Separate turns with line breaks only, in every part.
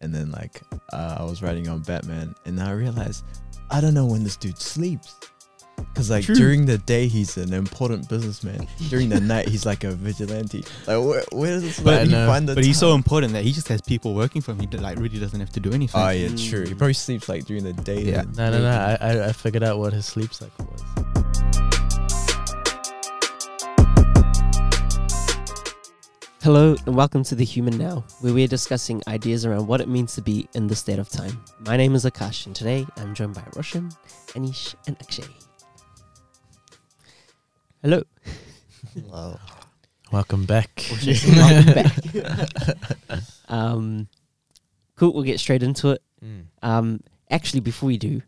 and then like uh, I was writing on Batman, and I realized I don't know when this dude sleeps. Cause like
True.
during the day he's an important businessman. During the night he's like a vigilante. Like where, where does this
But,
man
no,
find the
but he's so
time?
important that he just has people working for him. He d- like really doesn't have to do anything.
Oh yeah, true. He probably sleeps like during the day.
Yeah.
then
No, no, no.
maybe.
I, I, I figured out what his sleep cycle was.
Hello and welcome to The Human Now, where we are discussing ideas around what it means to be in the state of time. My name is Akash, and today I'm joined by Roshan, Anish, and Akshay. Hello.
Wow.
Welcome back.
welcome back. um, cool, we'll get straight into it.
Mm.
Um, actually, before we do,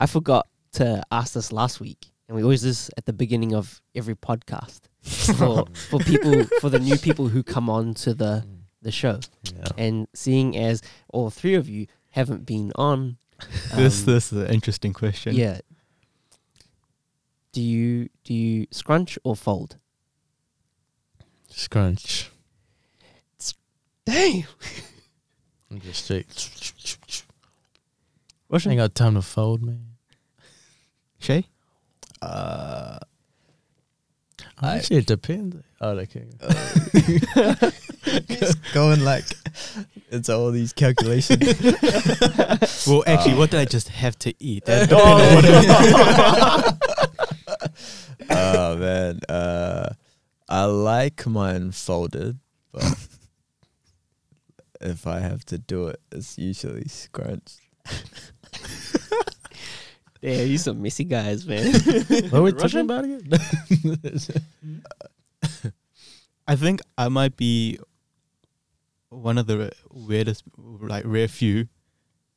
I forgot to ask this last week, and we always do this at the beginning of every podcast for, for people for the new people who come on to the the show.
Mm. Yeah.
And seeing as all three of you haven't been on,
this
um,
this is an interesting question.
yeah. Do you do you scrunch or fold?
Scrunch.
Damn,
I'm just straight.
Roshan,
Ain't got time to fold, man.
Shay.
Uh, I-
Actually, it depends. Oh, okay.
it's going like it's all these calculations.
Well, actually, what did I just have to eat? That
oh man, uh, I like mine folded, but if I have to do it, it's usually scrunched.
yeah, you some messy guys, man.
What are we talking about again?
I think I might be one of the weirdest, like rare few.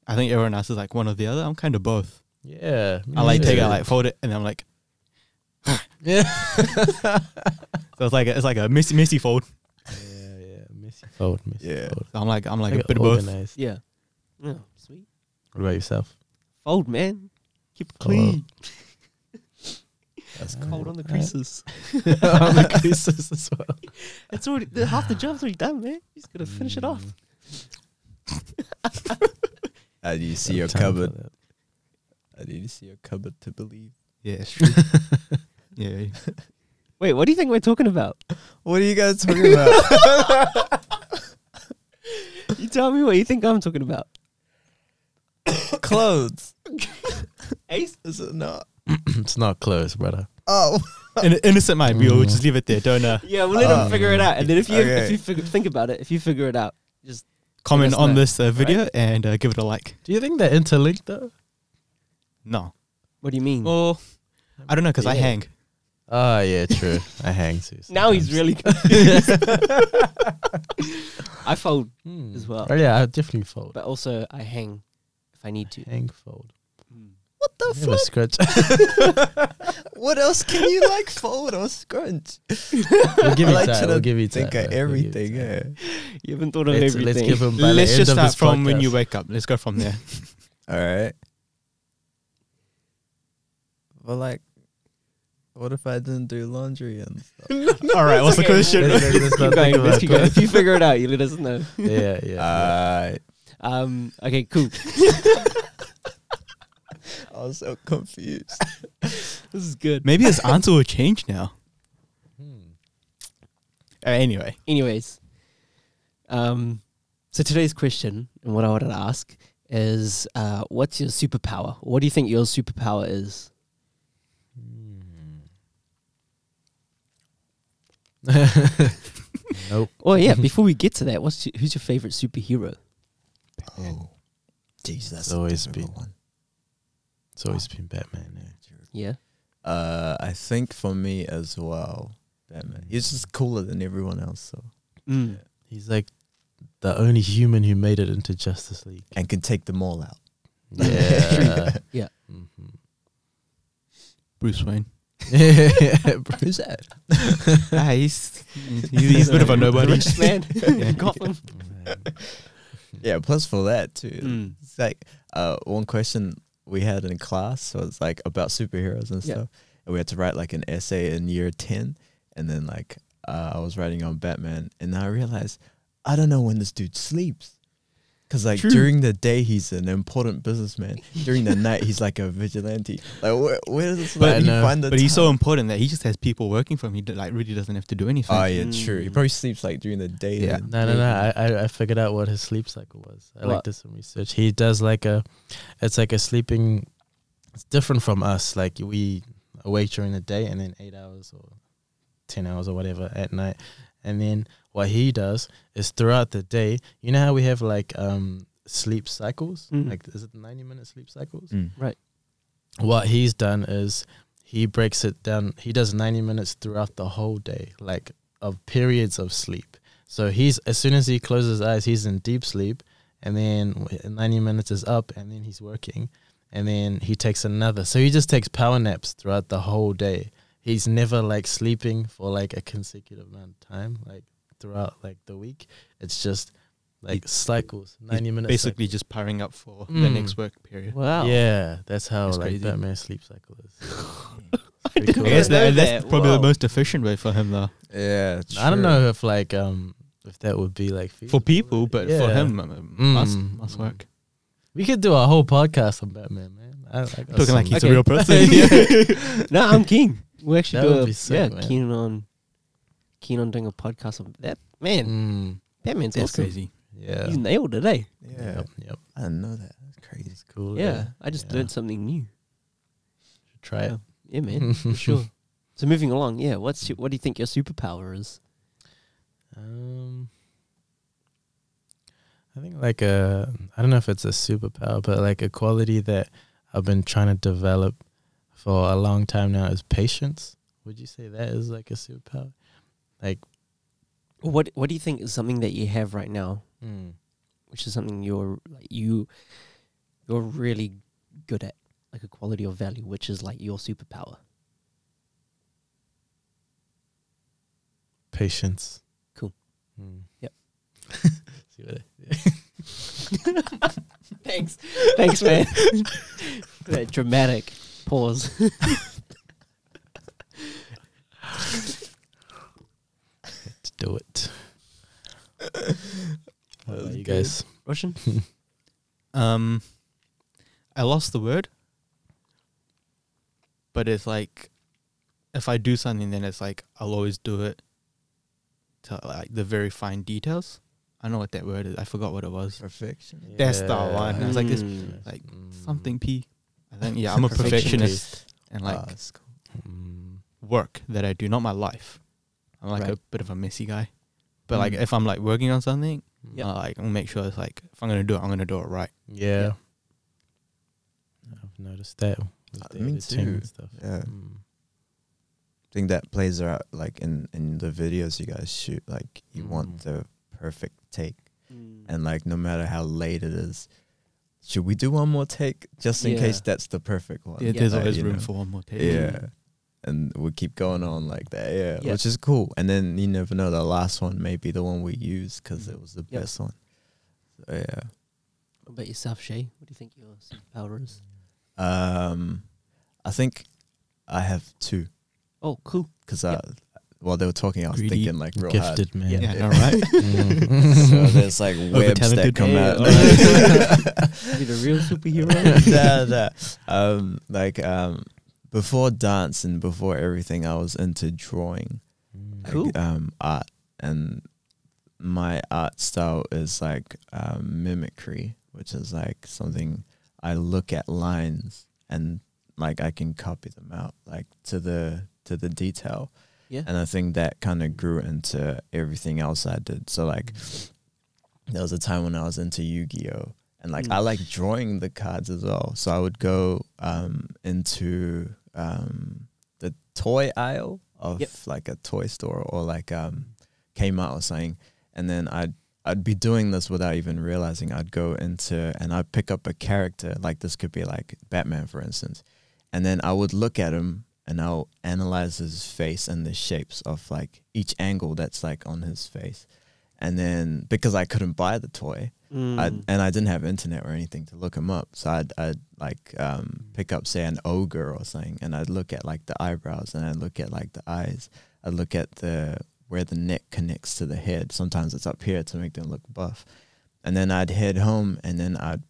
I think everyone else is like one or the other. I'm kind of both.
yeah. me
I like take,
too.
I like fold it, and I'm like,
Yeah.
so it's like a, it's like a messy, messy fold.
Yeah, yeah. Messy fold, messy
Yeah.
fold.
So I'm like, I'm like
Take
a
it
bit of both.
organized.
yeah, yeah, sweet.
What about yourself?
Fold, man. Keep it
Fold.
clean.
That's
Fold on the creases.
on the creases as well.
It's already the, half the job's already done, man. You just gotta finish it off.
And you see your
Time for
cupboard.
that.
I need to see your cupboard to believe.
Yeah, it's true. yeah,
Wait, what do you think we're talking about?
What are you guys talking about?
You tell me what you think I'm talking about.
Clothes?
Ace.
Is it not?
it's not close, brother.
Oh,
In- innocent mind. We'll just leave it there. Don't uh,
Yeah, we'll let him
Um,
figure it out, and then if you if
okay.
you fig- think about it, if you figure it out, just
comment
Let us
on
know.
this uh, video and uh, give it a like.
Do you think they're interlinked though?
No,
what do you mean?
well, I don't know because I
Yeah.
hang.
Oh yeah, true. I hang too.
now he's
sometimes.
really confused. I fold,
Hmm.
as well.
Oh yeah, I definitely fold.
but also I hang if I need to.
Hang fold.
what the
Never
fuck?
scratch.
What else can you like fold or scrunch?
we'll give
I
you
like
time.
to
We'll give you time.
Think
bro.
of
We'll give
everything.
you time.
Yeah.
You haven't thought of
Let's,
everything.
let's give him. By
Let's
the
just
end
start
of this
from when
podcast.
you wake up. Let's go from there.
All right. But like, what if I didn't do laundry and stuff?
All right, what's the question?
Let's- let's- let's
keep
not
going.
think
Let's
about
keep going.
it.
If you figure it out, you let us know.
Yeah, yeah.
Uh,
Um, okay, cool.
I was so confused.
This is good.
Maybe his answer will change now.
Hmm.
Uh, anyway,
Anyways, um, so today's question and what I wanted to ask is, uh, what's your superpower? What do you think your superpower is?
nope.
Oh yeah, before we get to that, what's your, who's your favorite superhero?
Oh, jeez, that's
It's always
difficult
been-
one.
It's always been Batman. eh? Yeah.
Yeah,
Uh, I think for me as well, Batman. He's just cooler than everyone else, so
mm.
He's like the only human who made it into Justice League.
and can take them all out.
Yeah.
Yeah.
Mhm.
Bruce Wayne.
yeah. bro.
Who's that?
ah, he's, he's, he's a bit of a nobody.
Rich man, in Gotham.
Yeah. Plus for that too,
Mm.
it's like uh, one question we had in class so it's like about superheroes and
Yeah.
stuff and we had to write like an essay in year 10 and then like uh, i was writing on batman and i realized i don't know when this dude sleeps Because like
True.
during the day he's an important businessman. During the night he's like a vigilante. Like where, where does this
But
man
I know.
find the
But he's so
time?
important that he just has people working for him. He d- like really doesn't have to do anything.
Oh yeah, true. He
Mm.
probably sleeps like during the day.
Yeah.
then.
No, no, no. I, I, I figured out what his sleep cycle was. I
What?
like did some research. He does like a, it's like a sleeping, it's different from us. Like we awake during the day and then eight hours or 10 hours or whatever at night. And then what he does is throughout the day, you know how we have like um sleep cycles?
Mm.
Like, is it 90 minute sleep cycles?
Mm.
what he's done is he breaks it down. He does 90 minutes throughout the whole day, like of periods of sleep. So he's as soon as he closes his eyes, he's in deep sleep, and then w- 90 minutes is up, and then he's working, and then he takes another. So he just takes power naps throughout the whole day. He's never like sleeping for like a consecutive amount of time, like throughout like the week. It's just like cycles, 90
He's
minutes.
basically just powering up for the
Mm.
next work period.
Wow.
Yeah, that's how
That's
like
crazy.
Batman's sleep cycle is.
I
Pretty
didn't
cool.
I guess
know
that, that's
that.
probably
Wow.
the most efficient way for him, though.
Yeah, true.
I don't know if like um if that would be like feasible.
For people, but for
Yeah.
him, um, must
Mm.
must work.
we could do a whole podcast on Batman, man. I, I got
Talking like
some-
he's
Okay.
a real person.
no, I'm keen. We actually
That
do
would
a,
be sick,
yeah,
man.
keen on keen on doing a podcast on that man.
Mm,
Batman's
That's
awesome.
crazy.
yeah,
He's nailed it, eh?
Yeah,
Yep, yep.
I didn't know that. That's crazy.
It's cool.
yeah, I just
Yeah.
learned something new.
Try it.
Yeah, man, for sure. So moving along, yeah, what's your, what do you think your superpower is?
Um, I think like a I don't know if it's a superpower, but like a quality that I've been trying to develop for a long time now is patience. Would you say that is like a superpower? Like,
Or What what do you think is something that you have right now, which is something you're like you you're really good at, like a quality or value, which is like your superpower.
Patience.
Cool.
Mm.
Yep.
See what I-
Thanks, thanks, man. For that dramatic pause.
Let's do it. What
was
about you
good.
guys?
Russian.
Um, I lost the word, but it's like if I do something, then it's like I'll always do it to like the very fine details. I know what that word is. I forgot what it was.
Perfection.
That's the one.
It's like this-
Mm.
like
Mm.
Something P. I think yeah, I'm a perfectionist
Perfectionist.
and like
Ah, that's cool.
Mm.
work that I do, not my life. I'm like
Right.
a bit of a messy guy, but like
Mm.
if I'm like working on something,
Hmm.
Yep.
I'll like I'll make sure it's like if I'm gonna do it, I'm gonna do it right.
Yeah. I've noticed that. with
Uh,
the
me
editing and
too.
Stuff.
Yeah,
Mm.
I think that plays out like in in the videos you guys shoot. Like you want
Mm.
Mm-hmm.
the perfect take, and like no matter how late it is, should we do one more take just in
Yeah.
case that's the perfect one?
Yeah, there's
Like,
always
you
room
know.
for one more take.
Yeah. And we keep going on like that, yeah,
Yeah.
which is cool. And then you never know, the last one may be the one we use because it was the
Yep.
best one. So, yeah.
What about yourself, Shay? What do you think your superpower is?
Um, I think I have two
Oh, cool.
because
Yep.
I, while they were talking, I was
Greedy,
thinking like real hard.
Gifted man.
Yeah,
Yeah.
all right.
Mm.
so there's like webs that
Over-talented.
come
Yeah,
out.
alright. Be the real superhero.
Nah, nah. Um, like um, before dance and before everything, I was into drawing,
Mm.
like,
Cool.
um, art, and my art style is like um, mimicry, which is like something I look at lines and like I can copy them out, like to the to the detail.
Yeah.
And I think that kind of grew into everything else I did. So like there was a time when I was into Yu-Gi-Oh and like
Mm.
I like drawing the cards as well. So I would go um into um the toy aisle of
Yep.
like a toy store or like um Kmart or something and then I'd I'd be doing this without even realizing. I'd go into and I'd pick up a character like this could be like Batman for instance. And then I would look at him and I'll analyze his face and the shapes of like each angle that's like on his face. And then because I couldn't buy the toy, I
Mm.
and I didn't have internet or anything to look him up, so I'd I'd like um, pick up say an ogre or something, and I'd look at like the eyebrows, and I'd look at like the eyes, I'd look at the where the neck connects to the head. Sometimes it's up here to make them look buff, and then I'd head home, and then I'd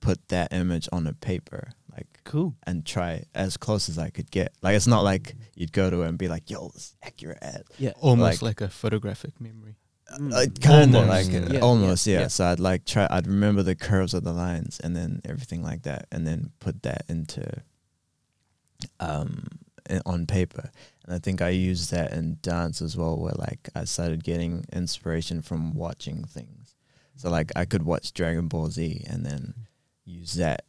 put that image on a paper, like
Cool.
and try as close as I could get. Like it's not like you'd go to it and be like, "Yo, this is accurate ad."
Yeah.
Almost like, a photographic memory.
Mm.
kind of
Almost.
like
Yeah.
it,
Yeah,
almost,
yeah,
yeah.
yeah.
So I'd like try. I'd remember the curves of the lines and then everything like that, and then put that into um i- on paper. And I think I used that in dance as well, where like I started getting inspiration from watching things. So like I could watch Dragon Ball Z and
Mm.
then use that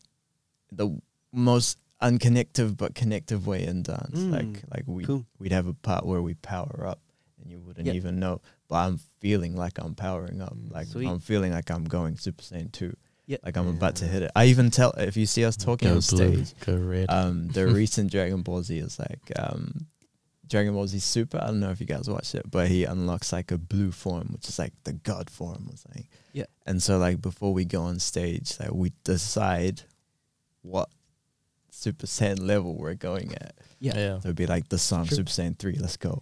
the most unconnective but connective way in dance.
Mm.
Like like we
Cool.
we'd have a part where we power up and you wouldn't
Yeah.
even know. But I'm feeling like I'm powering up.
Mm.
Like
Sweet.
I'm feeling like I'm going Super Saiyan 2.
Yeah.
Like I'm about to hit it. I even tell if you see us talking
Go
on
blue,
stage,
go red.
um the recent Dragon Ball Z is like um Dragon Ball Z Super, I don't know if you guys watched it, but he unlocks like a blue form, which is like the god form or something.
Yeah.
And so like before we go on stage, like we decide what Super Saiyan level we're going at.
yeah.
yeah.
So it'd be like the song
Sure.
Super Saiyan 3, let's go.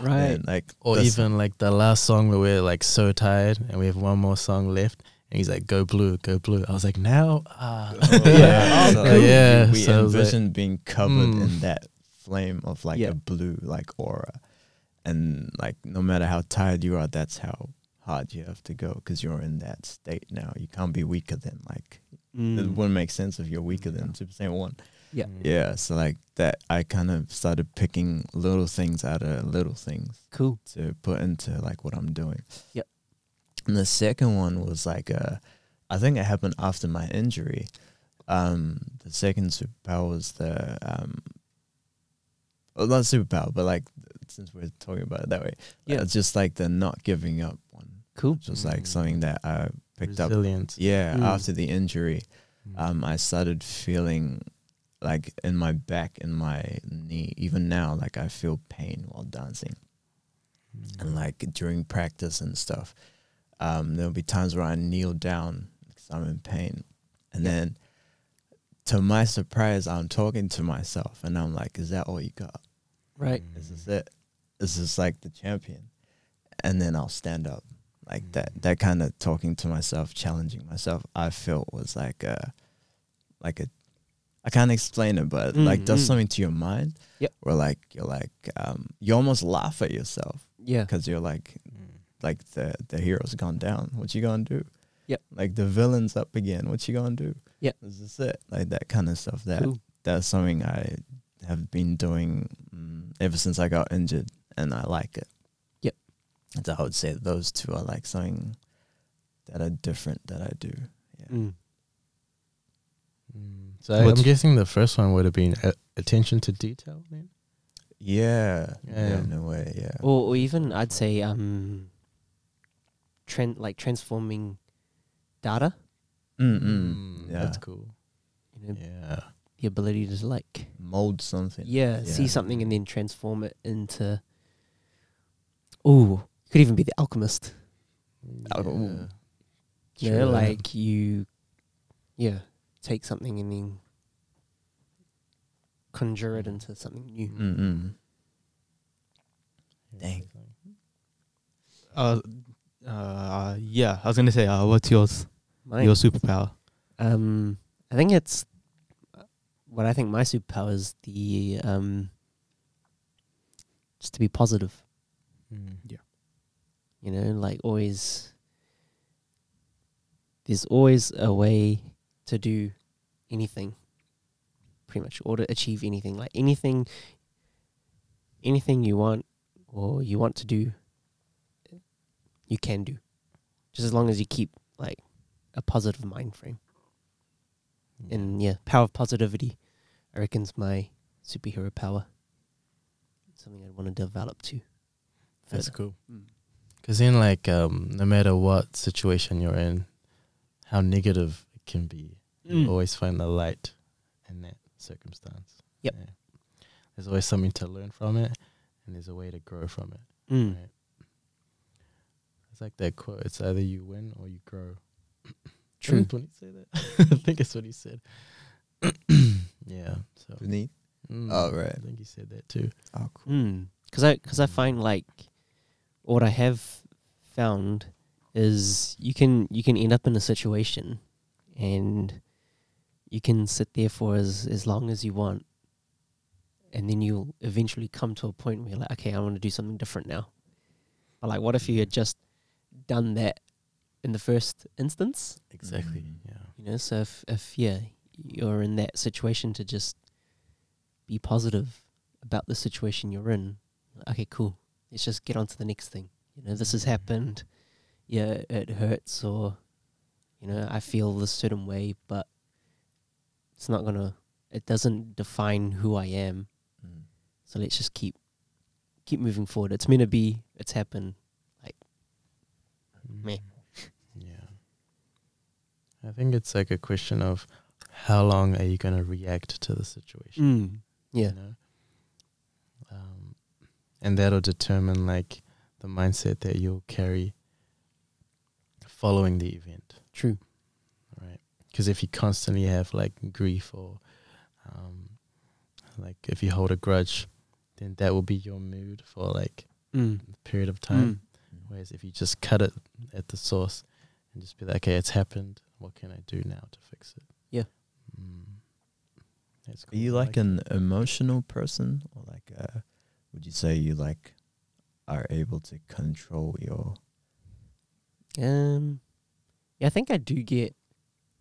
Right.
And, like
Or
that's-
even like the last song where we're like so tired and we have one more song left and he's like, Go blue, go blue. I was like, Now ah
yeah.
So, like, yeah.
We
so I was like,
envisioned being covered
Mm.
in that flame of like
Yeah.
a blue like aura, and like no matter how tired you are, that's how hard you have to go because you're in that state now. You can't be weaker than like it
Mm.
wouldn't make sense if you're weaker than Super Saiyan One.
Yeah.
Mm.
Yeah, so like that, I kind of started picking little things out of little things
Cool.
to put into like what I'm doing.
Yep.
And the second one was like uh I think it happened after my injury. Um the second superpower was the um well not superpower, but like since we're talking about it that way.
Yeah.
It's just like the not giving up one.
Cool.
Which was like
Mm.
something that I picked up
Resilience.
yeah,
Mm.
after the injury,
Mm.
um, I started feeling like in my back, in my knee. Even now, like I feel pain while dancing,
Mm.
and like during practice and stuff. Um, there'll be times where I kneel down because I'm in pain, and then, to my surprise, I'm talking to myself, and I'm like, "Is that all you got?
Right.
Is
Mm-hmm.
this it? Is this like the champion?" And then I'll stand up like that that kind of talking to myself challenging myself i felt was like a like a i can't explain it but
Mm,
like does
mm.
something to your mind
Yep.
where like you're like um you almost laugh at yourself
Yeah.
because you're like
Mm.
like the the hero's gone down what you gonna do
Yep.
like the villain's up again what you gonna do
Yep.
is this it like that kind of stuff that
Cool.
that's something i have been doing mm, ever since i got injured and i like it
Yep.
so i would say those two are like something that are different that i do yeah
Mm.
Mm. So I- I'm
What's-
guessing the first one would have been a- attention to detail. Then?
yeah,
Yeah.
yeah, in a way yeah
Or, or even I'd say um, trend like transforming data. Mm.
Mm-mm. Mm. yeah
Mm. That's cool.
You know,
Yeah.
the ability to like
mold something
yeah, see
Yeah.
something and then transform it into. Ooh, could even be the alchemist.
Mm.
Oh.
You know,
True.
like you, yeah, take something and then conjure it into something new.
Mm-hmm. Mm-mm. Dang.
Uh, uh, yeah, I was gonna say, uh, what's yours?
Mine,
Your superpower?
um, I think it's uh, what I think my superpower is the um, just to be positive. you know like always there's always a way to do anything pretty much or to achieve anything like anything anything you want or you want to do you can do just as long as you keep like a positive mind frame and yeah power of positivity i reckon's my superhero power something i'd want to develop to
That's
further.
cool.
Mm.
Because then, like, um, no matter what situation you're in, how negative it can be,
Mm.
you always find the light in that circumstance.
Yep.
Yeah. There's always something to learn from it, and there's a way to grow from it.
Mm.
Right. It's like that quote. It's either you win or you grow.
True.
Didn't Puneet say that? I think that's what he said. yeah. So.
Beneath.
Mm,
Oh, right.
I think he said that too.
oh cool
Because I, cause I find like what I have found is you can you can end up in a situation and you can sit there for as, as long as you want and then you'll eventually come to a point where you're like, okay, I want to do something different now. But like what if you had just done that in the first instance?
Exactly.
Mm.
Yeah.
You know, so if, if yeah, you're in that situation to just be positive about the situation you're in, okay, cool. Let's just get on to the next thing. You know, this has happened. Yeah, it hurts or you know, I feel this certain way, but it's not gonna it doesn't define who I am.
Mm.
So let's just keep keep moving forward. It's meant to be, it's happened. Meh.
Mm. Yeah. I think it's like a question of how long are you going to react to the situation?
Mm. Yeah.
You know? um, and that'll determine like the mindset that you'll carry following the event,
True.
right? Because if you constantly have like grief or um, like if you hold a grudge, then that will be your mood for like
Mm.
a period of time.
Mm.
Whereas if you just cut it at the source and just be like, okay, it's happened. What can I do now to fix it?
Yeah.
Mm. That's
Are you
I
like
it.
an emotional person, or like, uh, would you say you like are able to control your?
Mm. Um yeah, I think I do get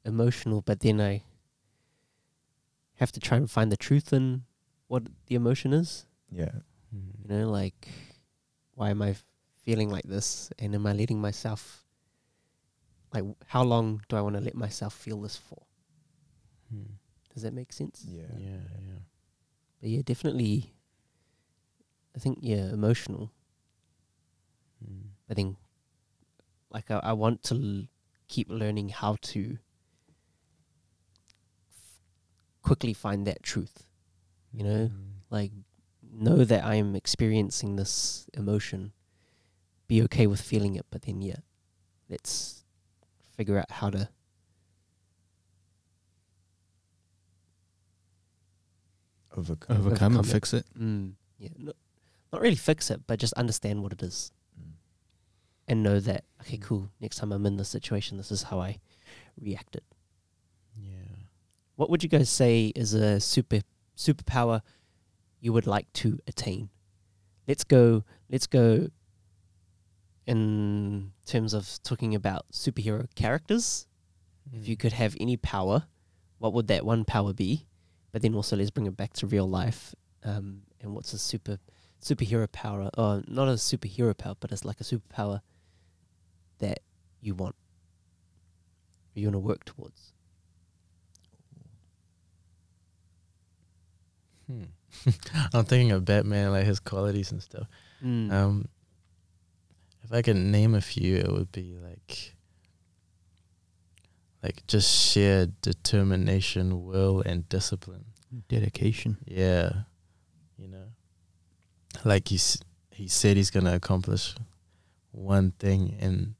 emotional, but then I have to try and find the truth in what the emotion is.
Yeah,
Mm.
You know, like why am I f- feeling like this? And am I letting myself like w- how long do I want to let myself feel this for?
Mm.
Does that make sense?
yeah,
Yeah, yeah.
But yeah, definitely. I think yeah, emotional.
Mm.
I think, like I, I want to l- keep learning how to f- quickly find that truth. You know,
Mm.
like know that I am experiencing this emotion. Be okay with feeling it, but then yeah, let's figure out how to.
overcome.
Overcome
Overcome
and
it.
fix it.
Mm, yeah, not, not really fix it, but just understand what it is.
Mm.
and know that okay,
Mm.
cool. Next time I'm in this situation, this is how I reacted.
Yeah.
What would you guys say is a super superpower you would like to attain? Let's go. Let's go. In terms of talking about superhero characters, if you
Mm.
could have any power, what would that one power be? But then also let's bring it back to real life. Um, and what's a super superhero power? Or not a superhero power, but it's like a superpower that you want. You want to work towards.
Hmm. I'm thinking of Batman, like his qualities and stuff.
Mm.
Um, if I could name a few, it would be like, like just sheer determination, will, and discipline.
Dedication.
Yeah, you know, like he s- he said he's gonna accomplish one thing and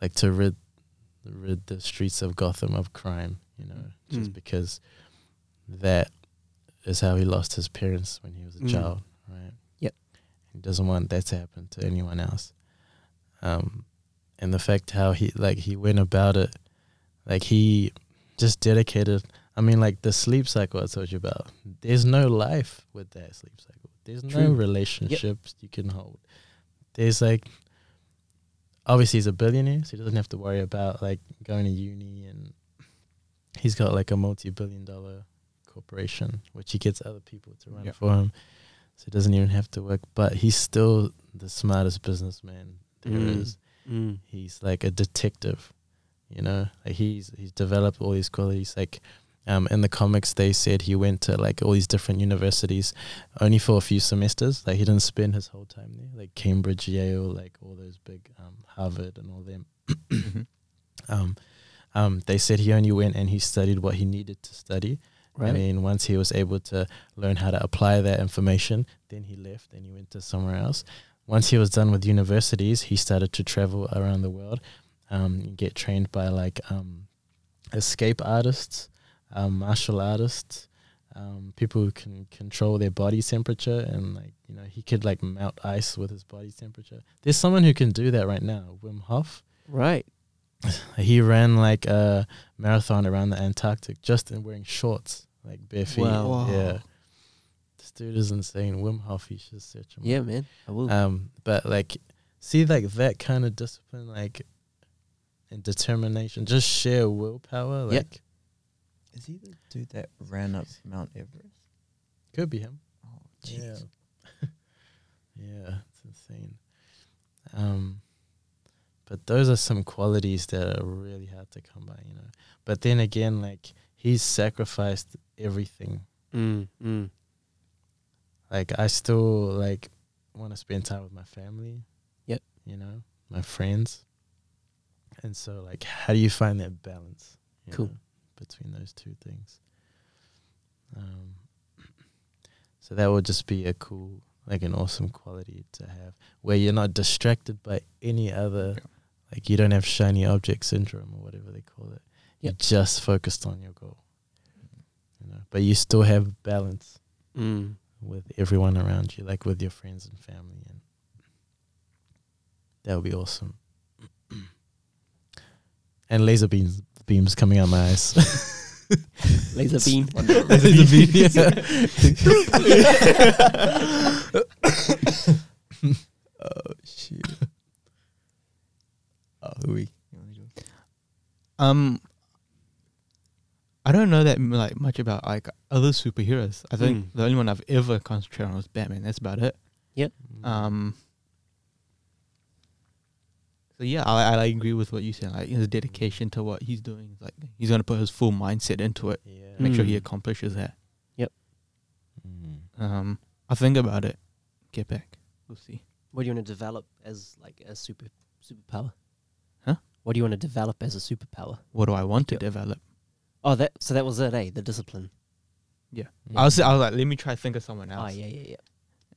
like to rid rid the streets of Gotham of crime. You know, just
Mm.
because that is how he lost his parents when he was a
Mm.
child, right?
Yep.
He doesn't want that to happen to anyone else. Um, and the fact how he like he went about it, like he just dedicated. I mean, like the sleep cycle I told you about. There's no life with that sleep cycle. There's no
True.
relationships you can hold. There's like, obviously he's a billionaire, so he doesn't have to worry about like going to uni and he's got like a multi-billion dollar corporation which he gets other people to run
Yep.
for him so he doesn't even have to work but he's still the smartest businessman there is.
Mm. Mm.
he's like a detective you know like he's he's developed all these qualities like um, in the comics they said he went to like all these different universities only for a few semesters like he didn't spend his whole time there like cambridge yale like all those big um, harvard and all them
Mhm.
um, um, they said he only went and he studied what he needed to study.
Right.
I mean, once he was able to learn how to apply that information, then he left and he went to somewhere else. Once he was done with universities, he started to travel around the world, um, and get trained by like um, escape artists, um, martial artists, um, people who can control their body temperature and like you know he could like melt ice with his body temperature. There's someone who can do that right now, Wim Hof.
Right.
He ran like a marathon around the Antarctic just in wearing shorts, like bare feet.
Wow.
Yeah, this dude is insane. Wim Hof, you should search him.
Yeah,
up.
man. I will.
Um, but like, see, like that kind of discipline, like, and determination, just sheer willpower, like,
Yep.
Is he the dude that ran up Mount Everest?
could be him.
Oh,
Yeah.
jeez.
yeah, it's insane. Um, but those are some qualities that are really hard to come by, you know. But then again, like he's sacrificed everything.
Mm, mm.
Like I still like want to spend time with my family.
Yep.
You know, my friends. And so, like, how do you find that balance? you
Cool.
know, between those two things. Um, so that would just be a cool, like, an awesome quality to have, where you're not distracted by any other, like, you don't have shiny object syndrome or whatever they call it. You're
Yep.
just focused on your goal. You know, but you still have balance
Mm.
with everyone around you, like with your friends and family, and that would be awesome. and laser beams beams coming out my eyes.
Laser beam.
laser beam. yeah.
Oh shit. oh, who we? You wanna go?
Um, I don't know that m- like much about like other superheroes. I think
Mm.
the only one I've ever concentrated on was Batman. That's about it.
Mm.
Um. So yeah, I, I like, agree with what you said. Like his dedication to what he's doing, like he's gonna put his full mindset into it,
yeah.
make sure he
Mm.
accomplishes that.
Mm.
Um, I think about it. Get back. We'll see.
What do you want to develop as like a super superpower?
Huh?
What do you want to develop as a superpower?
What do I want to
Yep.
develop?
Oh, that. So that was it, eh? The discipline.
I was I was like, let me try to think of someone
Ah,
else.
yeah, yeah, yeah.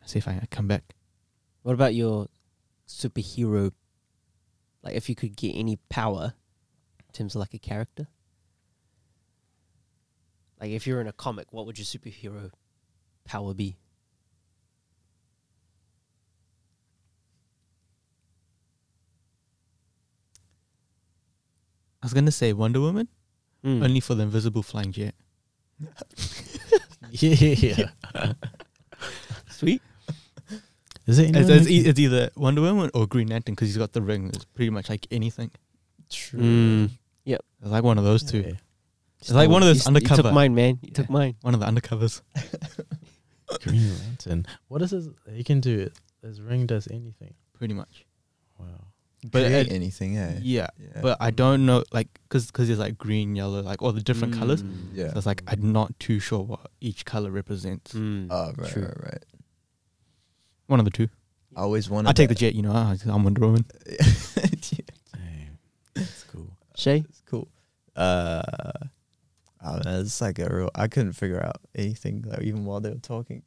See if I can come back.
What about your superhero? Like, if you could get any power, in terms of like a character. Like, if you're in a comic, what would your superhero power be?
I was gonna say Wonder Woman,
Hmm. Mm.
only for the invisible flying jet.
yeah.
Sweet.
Is it?
It's, it's, e- it's either Wonder Woman or Green Lantern because he's got the ring. It's pretty much like anything.
true.
Mm.
It's like one of those two.
Yeah.
It's like one of those
You took
undercover-
mine, man. You took
Yeah.
mine.
One of the undercovers.
Green Lantern. What is his? He can do it. His ring does anything.
pretty much.
Wow.
But
Create
it-
anything, yeah.
yeah,
Yeah.
but I don't know, like, because cause there's like green, yellow, like all the different colors. So
Mm.
yeah.
it's like I'm not too sure what each color represents.
Mm.
Oh right,
True.
right, right.
One of the two.
I always wanted.
I take the
that.
jet, you know. I- I'm Wonder Woman.
Dang. That's cool.
Shay.
It's cool. Uh, I don't know, it's like a real. I couldn't figure out anything, like, even while they were talking.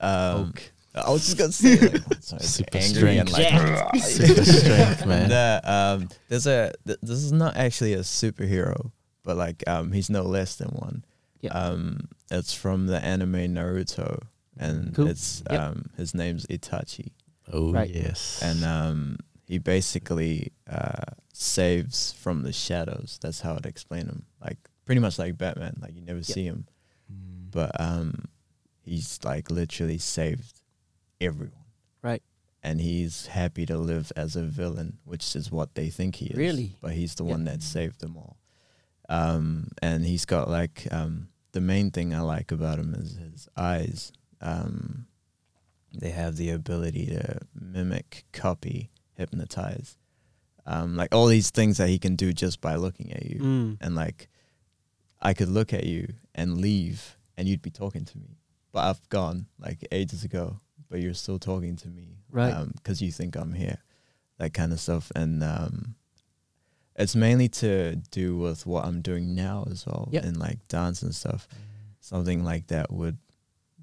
Um, I was just gonna say, like, I'm sorry,
Super
angry and like
strength.
Super strength, man.
Nah, um, there's a th- this is not actually a superhero, but like um, he's no less than one.
Yep.
Um, it's from the anime Naruto, and
Cool.
it's
Yep.
um, his name's Itachi.
Oh
Right.
yes.
and um, he basically uh, saves from the shadows. That's how I'd explain him. Like pretty much like Batman. Like you never
Yeah.
see him,
Mm.
but um, he's like literally saved everyone.
Right.
And he's happy to live as a villain, which is what they think he is.
Really?
But he's the
Yeah.
one that saved them all. Um, and he's got like um, the main thing I like about him is his eyes. Um, they have the ability to mimic, copy, hypnotize, um, like all these things that he can do just by looking at you.
Mm.
And like, I could look at you and leave, and you'd be talking to me, but I've gone like ages ago, but you're still talking to me,
Right.
Because you think I'm here, that kind of stuff, and um, it's mainly to do with what I'm doing now as well,
Yep.
and like dance and stuff something like that would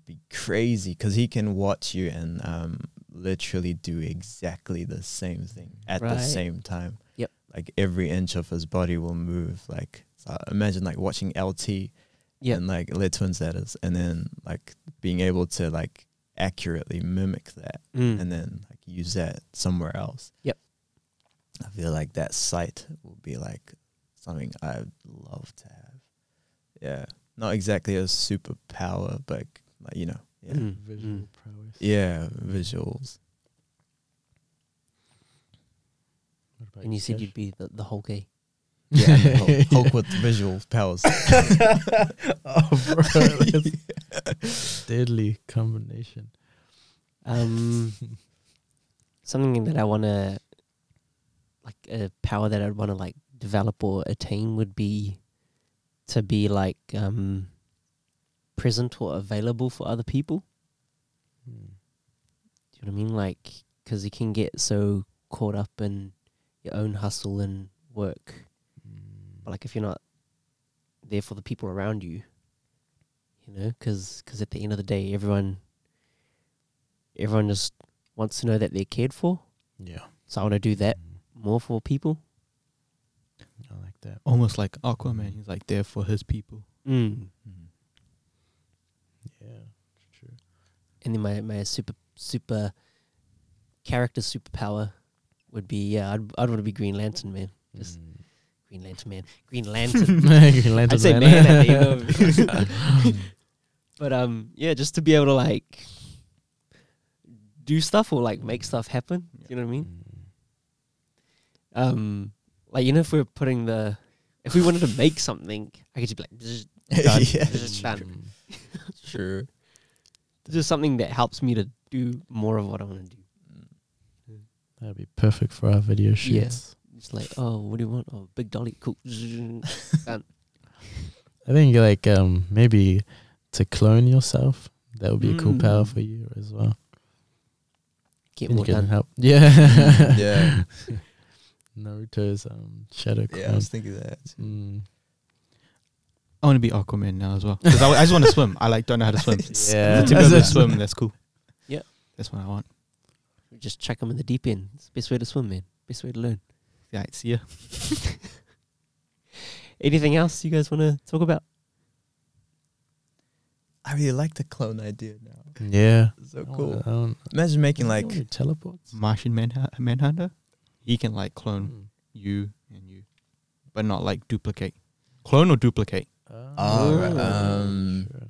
be crazy because he can watch you and um, literally do exactly the same thing at
Right.
the same time.
Yep.
Like every inch of his body will move. Like so imagine like watching LT
Yeah.
and like led twins that is, and then like being able to like accurately mimic that,
Mm.
and then like use that somewhere else.
Yep.
I feel like that site will be like something I'd love to have. Yeah, not exactly a superpower, but like you know, yeah,
Mm.
Visual
Mm.
prowess.
yeah, visuals.
What about
And you said
Kesh?
you'd be the, the Hulk eh?
Yeah, and then Hulk, Hulk with visual powers.
oh, bro, that's deadly combination.
Um, something that I want to, like a power that I'd want to like develop or attain would be to be like um, present or available for other people. Do you know what I mean? Like, because you can get so caught up in your own hustle and work. But like, if you're not there for the people around you, you know, because at the end of the day, everyone, everyone just wants to know that they're cared for.
Yeah,
So I want to do that
Mm.
more for people.
I like that.
Almost like Aquaman. He's like there for his people.
Mm.
Yeah, true.
And then my my super super character superpower would be yeah, I'd I'd want to be Green Lantern man. Just
Mm.
Green Lantern man. Green Lantern.
Green Lantern
I'd say man at the end of But um yeah, just to be able to like do stuff or like make stuff happen. Do You know what I mean? Um like you know if we're putting the if we wanted to make something, I could just be like "Bzzz, done,
yeah,
bzzz, done."
Mm.
sure.
This is something that helps me to do more of what I want to do.
That'd be perfect for our video shoots.
It's like, oh, what do you want? Oh, big dolly, cool. Bzzz.
I think like um maybe to clone yourself that would be a cool power
Mm.
for you as well.
Get
And
more
you can
done.
help. Yeah.
yeah,
Naruto's um shadow clone.
yeah. I was thinking that.
Mm.
I want to be Aquaman now as well because I, I just want to swim. I like don't know how to swim.
Yeah.
to be able to swim, that's cool.
Yeah.
that's what I want.
Just chuck them in the deep end. It's the best way to swim, man. Best way to learn.
Yeah, it's yeah.
Anything else you guys want to talk about?
I really like the clone idea now.
Yeah.
It's so
I wanna-
Oh, cool.
I wanna-
Imagine making like
wanna teleports.
Martian Manhu- Manhunter, he can like clone
Mm.
you and you, but not like duplicate. Clone or duplicate?
Ah,
Oh,
right,
um,
sure.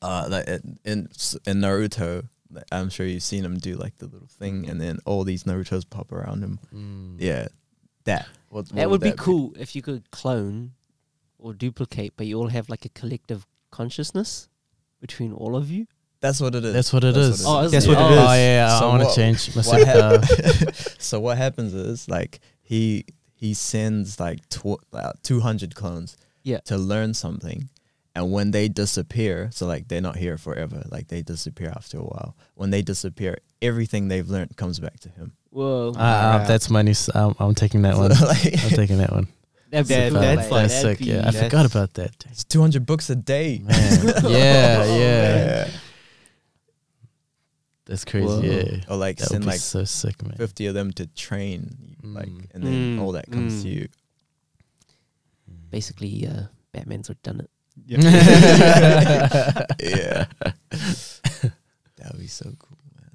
uh like uh, in s- in Naruto. like, I'm sure you've seen him do like the little thing, and then all these Naruto's pop around him.
Mm.
Yeah, that. What, what
that would be
that
cool if you could clone or duplicate, but you all have like a collective consciousness between all of you.
That's what it is.
That's what it
That's
is.
what it is.
That's
what
oh,
it is.
Oh yeah,
So
I want to
what-
change my
what hap-
superpower.
so what happens is like he he sends like tw- uh, 200 clones
Yeah.
to learn something and when they disappear so like they're not here forever like they disappear after a while when they disappear everything they've learned comes back to him
Whoa.
Ah, ah,
Alright.
that's my new. s- I'm, I'm taking that
So,
one.
like,
I'm taking that one.
that'd be
Yeah,
cool,
that's
man.
like-
that's
that'd
sick. Yeah, I
be-
forgot
that's-
about that.
it's 200 books a day
Man. yeah, yeah,
Yeah.
that's crazy.
Whoa.
Yeah,
or like
that would
send
be
like
so sick, man.
50 of them to train like
Mm.
and then
Mm,
all that comes
mm.
to you
Basically, uh, Batman's have done it.
yeah that would be so cool man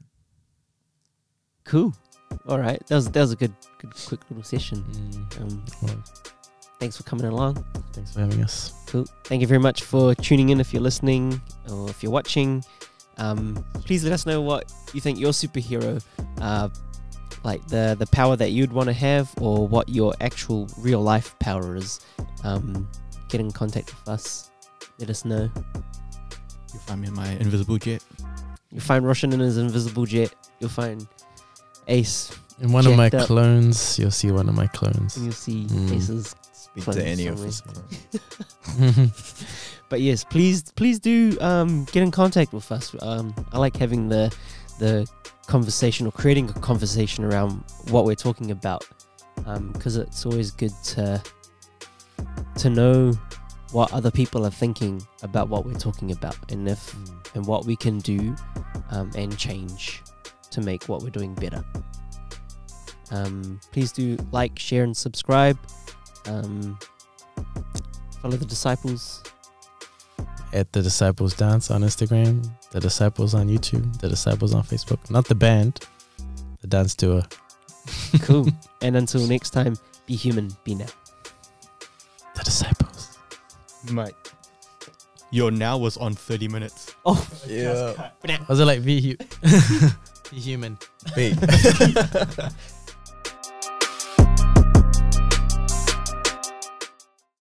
Cool. All right. That was that was a good, good, quick little session.
Mm.
Um,
Well,
thanks for coming along.
thanks for having us.
Cool. Thank you very much for tuning in. If you're listening or if you're watching, um, please let us know what you think your superhero, uh, like the the power that you'd want to have, or what your actual real life power is. Um, get in contact with us. Let us know.
You find me in my invisible jet.
You'll find Roshan in his invisible jet. You'll find Ace,
In one of my
Jacked up.
clones, you'll see one of my clones.
and you'll see
Mm.
Ace's
Hmm. speak
Clone
to any of
somewhere.
us clones.
but yes, please, please do um, get in contact with us. Um, I like having the the conversation or creating a conversation around what we're talking about because it's always good to to know what other people are thinking about what we're talking about and if
Mm.
and what we can do um, and change to make what we're doing better. Um, please do like, share, and subscribe. Um, follow the disciples.
at the Disciples Dance on Instagram, the Disciples on YouTube, the Disciples on Facebook. Not the band, the dance duo.
Cool. and until next time, be human, be now.
The Disciples.
Mate, your now was on 30 minutes.
Oh,
Yeah.
Was it like V hu- human?
Big.